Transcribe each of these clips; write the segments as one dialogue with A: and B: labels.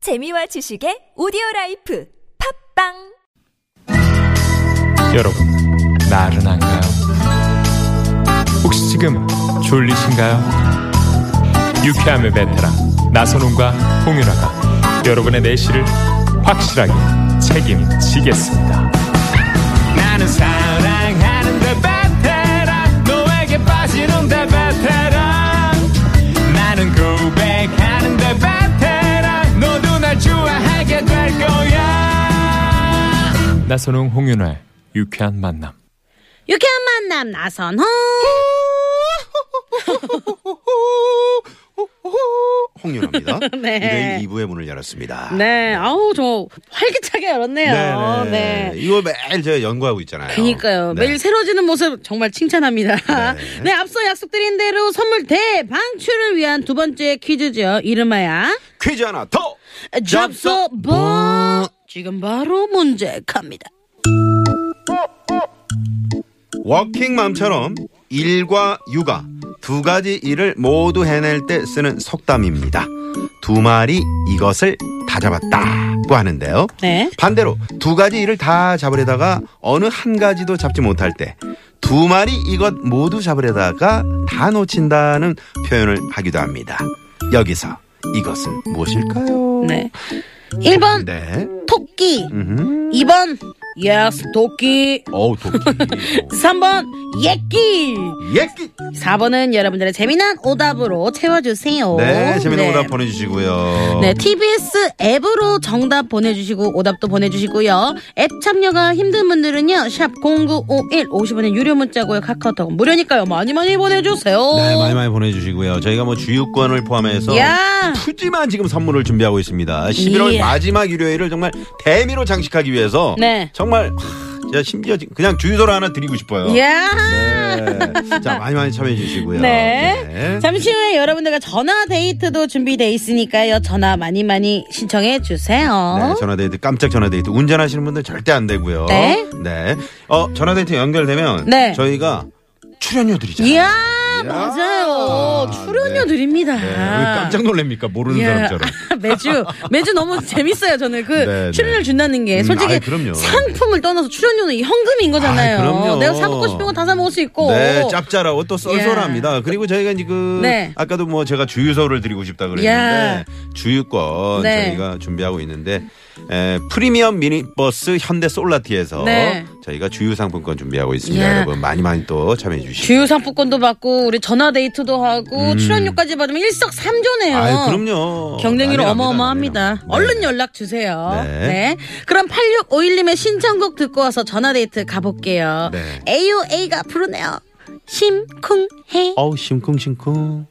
A: 재미와 지식의 오디오 라이프 팝빵
B: 여러분, 나른한가요? 혹시 지금 졸리신가요? 유쾌함의 베테랑 나선홍과 홍윤아가 여러분의 내실을 확실하게 책임지겠습니다. 나는 사랑하는데 베테랑 너에게 빠지는데 베테랑 나는 고백하는데 베테랑 너도 날 좋아하게 될 거야. 나선홍 홍윤아의 유쾌한 만남.
C: 유쾌한 만남 나선홍
D: 홍윤아입니다.
C: 네.
D: 일요일 2부의 문을 열었습니다.
C: 네 아우 저 활기차게 열었네요
D: 네네.
C: 네,
D: 이거 매일 제가 연구하고 있잖아요.
C: 그니까요
D: 네.
C: 매일 새로지는 모습 정말 칭찬합니다 네.
D: 네.
C: 앞서 약속드린 대로 선물 대방출을 위한 두 번째 퀴즈죠 이름하야
D: 퀴즈 하나 더!
C: 접수 뭐 지금 바로 문제 갑니다
D: 워킹맘처럼 일과 육아 두 가지 일을 모두 해낼 때 쓰는 속담입니다. 두 마리 이것을 다 잡았다고 하는데요.
C: 네
D: 반대로 두 가지 일을 다 잡으려다가 어느 한 가지도 잡지 못할 때 두 마리 이것 모두 잡으려다가 다 놓친다는 표현을 하기도 합니다. 여기서 이것은 무엇일까요?
C: 네. 1번
D: 네.
C: 토끼
D: 음.
C: 2번 예스 토끼
D: 어우, 도끼.
C: 3번 예끼
D: 예끼!
C: 4번은 여러분들의 재미난 오답으로 채워주세요.
D: 네, 재밌는
C: 네.
D: 오답 보내주시고요.
C: 네, TBS 앱으로 정답 보내주시고 오답도 보내주시고요. 앱 참여가 힘든 분들은요. 샵 0951 50원의 유료 문자고요. 카카오톡 무료니까요. 많이 많이 보내주세요.
D: 네, 많이 많이 보내주시고요. 저희가 뭐 주유권을 포함해서
C: 야!
D: 푸짐한 지금 선물을 준비하고 있습니다. 11월
C: 예.
D: 마지막 일요일을 정말 대미로 장식하기 위해서
C: 네.
D: 정말 하, 제가 심지어 지금 그냥 주유소를 하나 드리고 싶어요.
C: 야!
D: 네. 자, 많이 많이 참여해 주시고요.
C: 네.
D: 네.
C: 잠시 후에 여러분들과 전화 데이트도 준비돼 있으니까요. 전화 많이 많이 신청해 주세요.
D: 네, 전화데이트 깜짝 전화데이트 운전하시는 분들 절대 안 되고요.
C: 네.
D: 네. 어 전화데이트 연결되면
C: 네.
D: 저희가 출연료 드리잖아요.
C: 이야, 맞아요. 출연료
D: 네.
C: 드립니다.
D: 네, 왜 깜짝 놀랍니까 모르는
C: 이야,
D: 사람처럼.
C: 아, 매주 매주 너무 재밌어요. 저는 그
D: 네,
C: 출연료
D: 네.
C: 준다는 게
D: 음,
C: 솔직히
D: 아이, 그럼요.
C: 상품을 떠나서 출연료는 이 현금인 거잖아요.
D: 아이, 그럼요.
C: 내가 사 먹고 싶은 거 다 사 먹을 수 있고.
D: 네, 짭짤하고 또 쏠쏠합니다. 그리고 저희가 이제 그
C: 예. 네.
D: 아까도 뭐 제가 주유소를 드리고 싶다 그랬는데
C: 야.
D: 주유권
C: 네.
D: 저희가 준비하고 있는데 에, 프리미엄 미니버스 현대 솔라티에서
C: 네.
D: 저희가 주유 상품권 준비하고 있습니다.
C: 야.
D: 여러분 많이 많이 또 참여해 주시고.
C: 주유 상품권도 받고 우리 전화 데이트도 하고 출연료까지 받으면 일석삼조네요.
D: 음. 아, 그럼요.
C: 경쟁률
D: 난리 납니다,
C: 어마어마합니다.
D: 난리 납니다.
C: 얼른
D: 네.
C: 연락 주세요. 네.
D: 네.
C: 그럼 8651님의 신청곡 듣고 와서 전화데이트 가볼게요.
D: 네.
C: AOA가 부르네요. 심쿵해.
D: 어우 심쿵심쿵.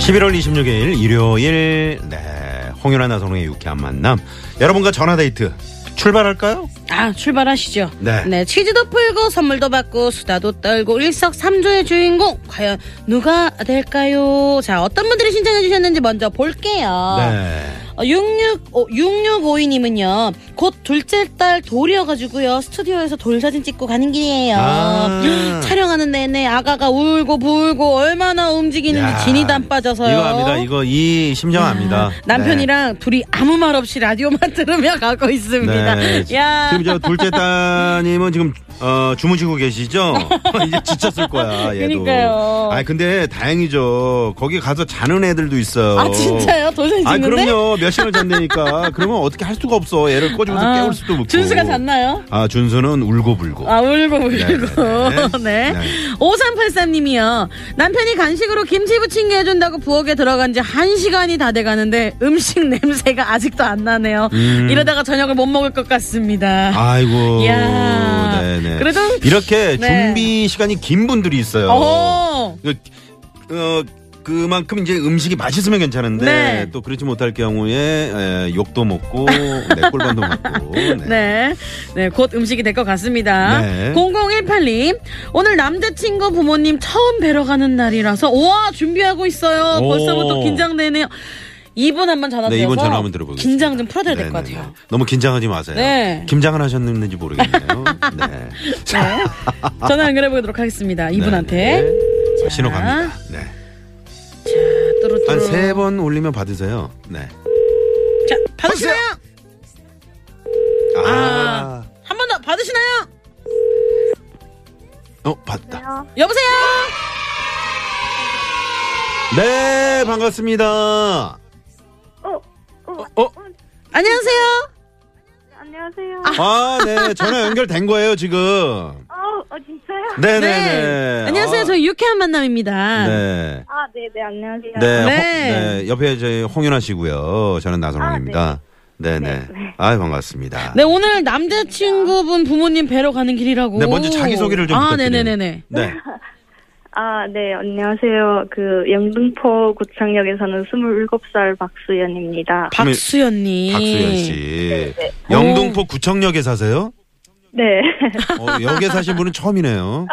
D: 십일 월 이십육 일 일요일 네 홍윤아 나선홍의 유쾌한 만남 여러분과 전화데이트 출발할까요?
C: 아, 출발하시죠.
D: 네.
C: 치즈도 풀고 선물도 받고 수다도 떨고 일석삼조의 주인공. 과연 누가 될까요? 자, 어떤 분들이 신청해 주셨는지 먼저 볼게요.
D: 네.
C: 어, 66, 어, 6652님은요, 곧 둘째 딸 돌이어가지고요, 스튜디오에서 돌 사진 찍고 가는 길이에요.
D: 아.
C: 촬영하는 내내 아가가 울고 부을고 얼마나 움직이는지
D: 야,
C: 진이 안 빠져서요. 음.
D: 이거 압니다. 이거 네. 이 심정 압니다.
C: 남편이랑 둘이 아무 말 없이 라디오만 들으며 가고 있습니다.
D: 네. 네.
C: 야.
D: 지금 저 둘째 따님은 지금 어, 주무시고 계시죠? 이제 지쳤을 거야. 얘도.
C: 그러니까요.
D: 아 근데 다행이죠. 거기 가서 자는 애들도 있어요.
C: 아, 진짜요? 돌 사진
D: 아
C: 찍는데?
D: 그럼요. 몇 시간을 잔다니까. 그러면 어떻게 할 수가 없어. 얘를 꼬집어서
C: 아,
D: 깨울 수도 없고.
C: 준수가 잤나요?
D: 아 준수는 울고 불고.
C: 아, 울고, 울고. 네.
D: 네, 네, 네. 네.
C: 5383님이요. 남편이 간식으로 김치부침개 해준다고 부엌에 들어간 지 한시간이다 돼가는데 음식 냄새가 아직도 안 나네요. 이러다가 저녁을 못 먹을 것 같습니다.
D: 음. 아이고.
C: 이야.
D: 네네.
C: 그래도-
D: 이렇게
C: 네.
D: 준비 시간이 긴 분들이 있어요.
C: 어.
D: 그, 어, 그만큼 이제 음식이 맛있으면 괜찮은데
C: 네.
D: 또 그렇지 못할 경우에 에, 욕도 먹고 네, 꼴반도 먹고 네.
C: 네. 네, 곧 음식이 될 것 같습니다.
D: 네.
C: 0018님, 오늘 남자친구 부모님 처음 뵈러 가는 날이라서, 우와, 준비하고 있어요.
B: 오.
C: 벌써부터 긴장되네요. 이분 한번 전화
D: 네,
C: 드려서
D: 이번 전화 한번 들어보겠습니다.
C: 긴장 좀 풀어드려야 될 것
D: 네네네.
C: 같아요.
D: 너무 긴장하지 마세요.
C: 네.
D: 김장을 하셨는지 모르겠네요. 네.
C: 네. 전화 연결해 보도록 하겠습니다. 이분한테.
D: 네, 네. 자, 신호 갑니다. 네.
C: 뚜루뚜루.
D: 한 세 번 올리면 받으세요. 네.
C: 자, 받으시나요?
D: 아.
C: 한 번 더 받으시나요?
D: 어, 받다.
C: 여보세요?
D: 네, 반갑습니다.
E: 어, 어,
D: 어?
C: 안녕하세요?
E: 안녕하세요.
D: 아, 네. 전화 연결된 거예요, 지금.
E: 어, 어, 진짜요?
D: 네, 네, 네.
C: 안녕하세요.
D: 아,
C: 저희 유쾌한 만남입니다.
D: 네.
E: 아, 네, 네, 안녕하세요.
D: 네,
C: 네.
D: 홍- 네, 옆에 저희 홍윤아 씨고요. 저는 나선홍입니다. 네, 네. 아, 반갑습니다.
C: 아, 네, 오늘 남자친구분 부모님 뵈러 가는 길이라고.
D: 네, 먼저 자기 소개를 좀
C: 아,
D: 부탁드립니다.
C: 네네네네.
D: 네.
E: 아, 네, 안녕하세요. 그, 영등포 구청역에 서는 27살 박수연입니다.
C: 박수연님.
D: 박수현
C: 네,
D: 씨. 영동포 구청역에 사세요?
E: 네.
D: 어, 역에 사신 분은 처음이네요.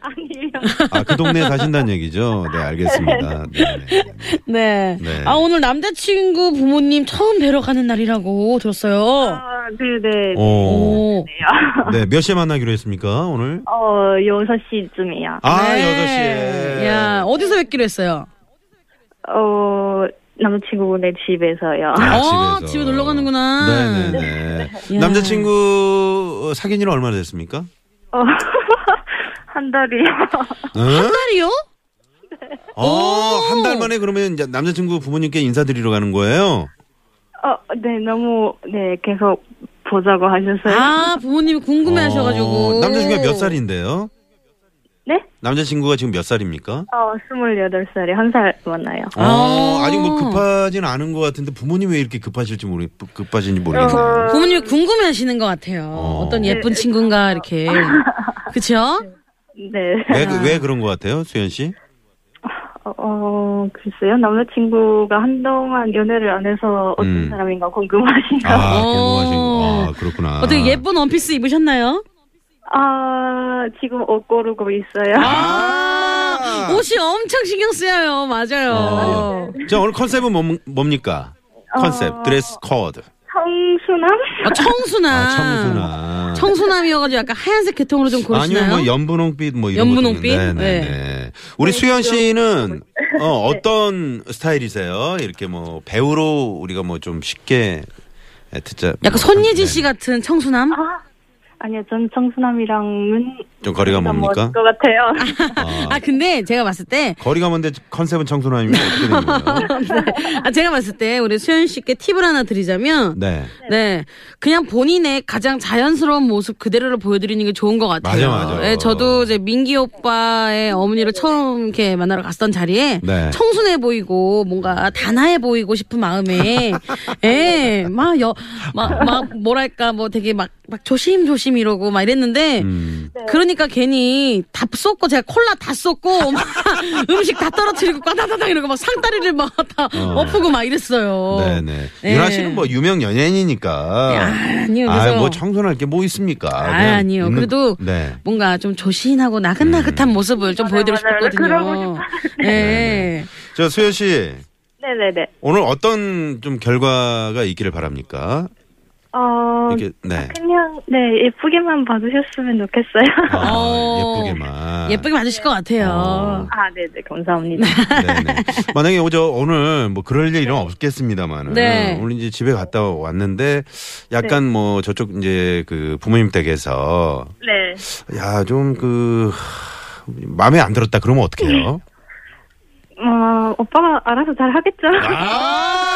E: 아니요.
D: 아, 그 동네에 사신다는 얘기죠? 네, 알겠습니다. 네, 네.
C: 네.
D: 네.
C: 아, 오늘 남자친구 부모님 처음 뵈러 가는 날이라고 들었어요.
E: 아, 네, 네.
D: 오.
C: 오.
D: 네, 몇 시에 만나기로 했습니까, 오늘?
E: 어, 6시쯤이요.
D: 아,
C: 네.
D: 여섯 시에
C: 야, 어디서 뵙기로 했어요?
E: 어, 남자친구분의 집에서요.
D: 아,
C: 어,
D: 집에서.
C: 집에 놀러 가는구나.
D: 네네네.
C: 야.
D: 남자친구 사귄 지는 얼마나 됐습니까?
E: 어, 한 달이요.
D: 응?
C: 한 달이요?
D: 어, 한 달 만에 그러면 이제 남자친구 부모님께 인사드리러 가는 거예요?
E: 어, 네, 너무, 네, 계속 보자고 하셔서요.
C: 아, 부모님이 궁금해 하셔가지고. 예.
D: 어, 남자친구가 몇 살인데요?
E: 네?
D: 남자친구가 지금 몇 살입니까?
E: 어, 28살이 한 살 많아요.
D: 어,
C: 아.
D: 아직 뭐 급하진 않은 것 같은데 부모님 왜 이렇게 급하실지 모르 급하신지 모르겠네요.
C: 부모님이 궁금해 하시는 것 같아요.
D: 어.
C: 어떤 예쁜 친구인가, 이렇게. 그쵸?
E: 네.
D: 왜, 그- 왜 그런 것 같아요, 수현 씨?
E: 어, 어, 글쎄요. 남자친구가 한동안 연애를 안 해서 어떤
D: 음.
E: 사람인가 궁금하시네요. 아,
D: 아,
C: 어.
D: 궁금하신 거. 아, 그렇구나.
C: 어떻게 예쁜 원피스 입으셨나요?
E: 아, 지금 옷 고르고 있어요.
C: 아, 옷이 엄청 신경 쓰여요. 맞아요.
D: 어. 자, 오늘 컨셉은 뭡, 뭡니까? 컨셉,
E: 어.
D: 드레스 코드.
E: 청순함?
C: 아, 청순함.
D: 아, 청순아.
C: 이어가지고 약간 하얀색 계통으로 좀 고르시나요?
D: 아니면 뭐 연분홍빛 뭐 이런
C: 연분홍빛?
D: 것도 있는데.
C: 네.
D: 네네네. 우리 수현 씨는 어, 어떤 스타일이세요? 이렇게 뭐 배우로 우리가 뭐 좀 쉽게 네, 듣자.
C: 약간 손예진 씨 같은 청순함? 아,
E: 아, 아니요. 전 청순함이랑은
D: 좀 거리가
C: 뭐
D: 뭡니까?
E: 것 같아요.
D: 아,
C: 근데 제가 봤을 때,
D: 거리가 먼데 컨셉은 청순함이면 어떻게 되는 거예요?
C: 아, 제가 봤을 때 우리 수현 씨께 팁을 하나 드리자면,
D: 네.
C: 네. 그냥 본인의 가장 자연스러운 모습 그대로를 보여드리는 게 좋은 것 같아요.
D: 맞아, 맞아.
C: 네, 저도 이제 민기 오빠의 어머니를 처음 이렇게 만나러 갔던 자리에
D: 네.
C: 청순해 보이고 뭔가 단아해 보이고 싶은 마음에 예, 예막여막 막 뭐랄까 뭐 되게 막 막 조심조심 이러고 막 이랬는데
D: 음.
C: 그러니까 괜히 다 쏟고 제가 콜라 다 쏟고 막 음식 다 떨어뜨리고 까다다닥 이러고 막 상다리를 막 다
D: 어.
C: 엎고 막 이랬어요.
D: 네네.
C: 네.
D: 유나 씨는 뭐 유명 연예인이니까.
C: 아니요 그래서
D: 아, 뭐 청순할 게 뭐 있습니까?
C: 아,
D: 그냥
C: 아니요.
D: 있는-
C: 그래도
D: 네.
C: 뭔가 좀 조신하고
D: 음.
C: 나긋나긋한 모습을 좀 보여드리고
E: 맞아요.
C: 싶었거든요.
E: 그러고
C: 네.
D: 저 수현 씨
E: 네네네.
D: 오늘 어떤 좀 결과가 있기를 바랍니까?
E: 어,
D: 이게 네.
E: 그냥, 네, 예쁘게만 봐주셨으면 좋겠어요.
D: 아,
C: 어.
D: 예쁘게만.
C: 예쁘게 맞으실 것 같아요.
D: 어.
E: 아, 네네. 감사합니다.
D: 네네. 만약에 저 오늘 뭐 그럴 일은 없겠습니다만은
C: 네.
D: 오늘 이제 집에 갔다 왔는데 약간 뭐 저쪽 이제 그 부모님 댁에서
E: 네.
D: 야 좀 그 마음에 안 들었다 그러면
C: 음.
D: 어떡해요?
E: 어, 오빠가 알아서 잘 하겠죠?
D: 아!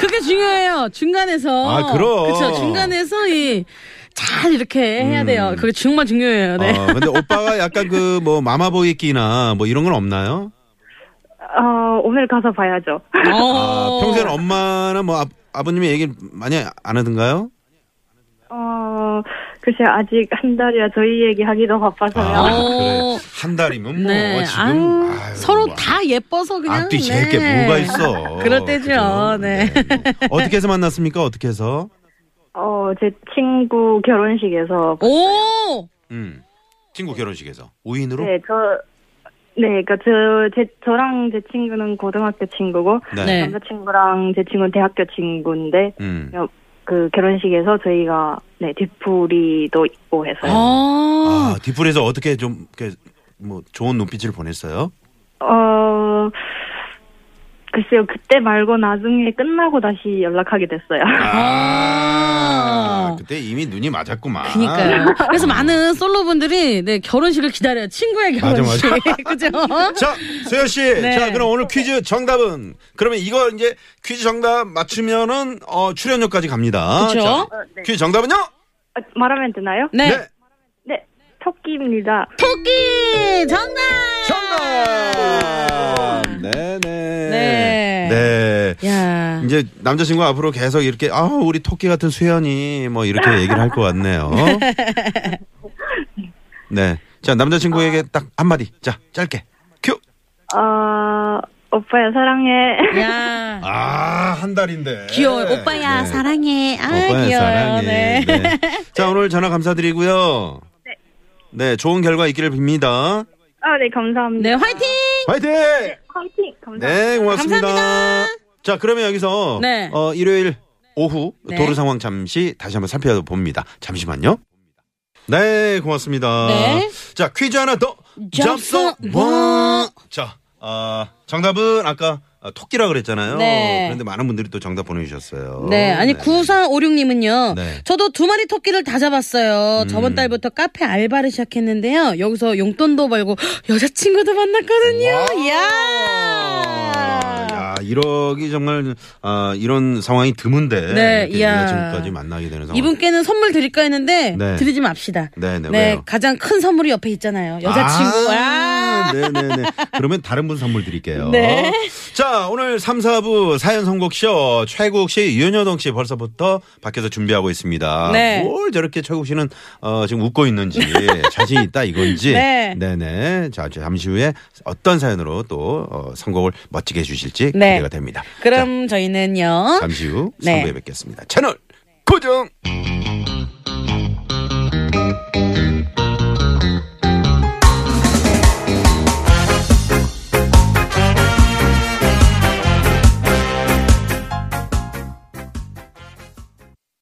C: 그게 중요해요. 중간에서.
D: 아, 그럼.
C: 그쵸. 중간에서 이, 잘 이렇게 해야 돼요. 그게 정말 중요해요. 네.
D: 어, 음. 근데 오빠가 약간 그 뭐 마마보이 끼나 뭐 이런 건 없나요?
E: 어, 오늘 가서 봐야죠.
D: 아,
C: 어.
D: 평소에는 엄마나 뭐 아, 아버님의 얘기 많이 안 하던가요?
E: 어, 글쎄 아직 한 달이라 저희 얘기하기도 바빠서요.
D: 아,
C: 오.
D: 그래. 한 달이면 뭐
C: 어. 네.
D: 지금
C: 아유,
D: 아유,
C: 서로
D: 뭐,
C: 다 예뻐서 그냥.
D: 앞뒤 제게
C: 네.
D: 뭐가 있어.
C: 그럴 때죠.
D: 그죠?
C: 네.
D: 네. 어떻게 해서 만났습니까? 어떻게 해서?
E: 어, 제 친구 결혼식에서
C: 오!
D: 음. 친구 결혼식에서 우인으로?
E: 네, 저 네, 그러니까 저, 제, 저랑 제 친구는 고등학교 친구고
C: 네.
E: 남자친구랑 제 친구는 대학교 친구인데
D: 음.
E: 그 결혼식에서 저희가 네 뒷풀이도 있고 해서
C: 아.
D: 아, 뒷풀에서 어떻게 좀, 이렇게 뭐, 좋은 눈빛을 보냈어요?
E: 어 글쎄요 그때 말고 나중에 끝나고 다시 연락하게 됐어요.
D: 아,
C: 아.
D: 그때 이미 눈이 맞았구만.
C: 그니까요.
D: 아.
C: 그래서 많은 솔로분들이 네, 결혼식을 기다려요. 친구의
D: 맞아,
C: 결혼식.
D: 맞아.
C: 그죠?
D: 자, 세현 씨.
C: 네.
D: 자, 그럼 오늘 퀴즈 정답은 그러면 이거 이제 퀴즈 정답 맞추면은 어, 출연료까지 갑니다.
C: 그쵸?
D: 자,
C: 어,
D: 퀴즈 정답은요?
E: 아, 말하면 되나요?
C: 네.
E: 네 토끼입니다.
C: 토끼! 정답!
D: 정답. 네, 네.
C: 네.
D: 네.
C: 야.
D: 이제 남자친구 앞으로 계속 이렇게 아 우리 토끼 같은 수현이 뭐 이렇게 얘기를 할 것 같네요. 네. 자 남자친구에게 딱 한마디. 자 짧게 큐.
E: 어 오빠야 사랑해.
C: 네. 야.
D: 아한 달인데.
C: 귀여워. 오빠야, 사랑해. 아,
D: 네. 오빠야
C: 귀여워요.
D: 사랑해.
C: 네.
D: 네. 자 오늘 전화 감사드리고요. 네. 좋은 결과 있기를 빕니다.
E: 아 네 감사합니다.
C: 네, 화이팅!
D: 화이팅.
E: 화이팅 감사합니다.
D: 네 고맙습니다.
C: 감사합니다.
D: 자 그러면 여기서
C: 네.
D: 어, 일요일 오후
C: 네.
D: 도로 상황 잠시 다시 한번 살펴봅니다. 잠시만요. 네 고맙습니다.
C: 네.
D: 자 퀴즈 하나 더
C: 잡서
D: 잡서
C: 뭐.
D: 자 아, 정답은 아까 아, 토끼라 그랬잖아요.
C: 네.
D: 그런데 많은 분들이 또 정답 보내주셨어요.
C: 네, 아니 9456님은요.
D: 네. 음.
C: 저도 두 마리 토끼를 다 잡았어요. 저번 달부터 카페 알바를 시작했는데요. 여기서 용돈도 벌고 여자친구도 만났거든요. 야.
D: 아, 야, 이러기 정말 아, 이런 상황이 드문데
C: 네,
D: 이렇게
C: 이야.
D: 여자친구까지 만나게 되는 상황.
C: 이분께는 선물 드릴까 했는데
D: 네.
C: 드리지 맙시다.
D: 네, 네, 왜요?
C: 가장 큰 선물이 옆에 있잖아요. 여자친구. 아.
D: 네네네. 그러면 다른 분 선물 드릴게요.
C: 네.
D: 자, 오늘 3, 4부 사연 선곡쇼 최국 씨, 윤여동 씨 벌써부터 밖에서 준비하고 있습니다.
C: 네.
D: 뭘 저렇게 최국 씨는 어, 지금 웃고 있는지 자신 있다 이건지.
C: 네.
D: 네네. 자, 잠시 후에 어떤 사연으로 또 어, 선곡을 멋지게 해주실지
C: 네.
D: 기대가 됩니다.
C: 그럼 저희는요.
D: 자, 잠시 후
C: 네.
D: 3부에 뵙겠습니다. 채널 고정!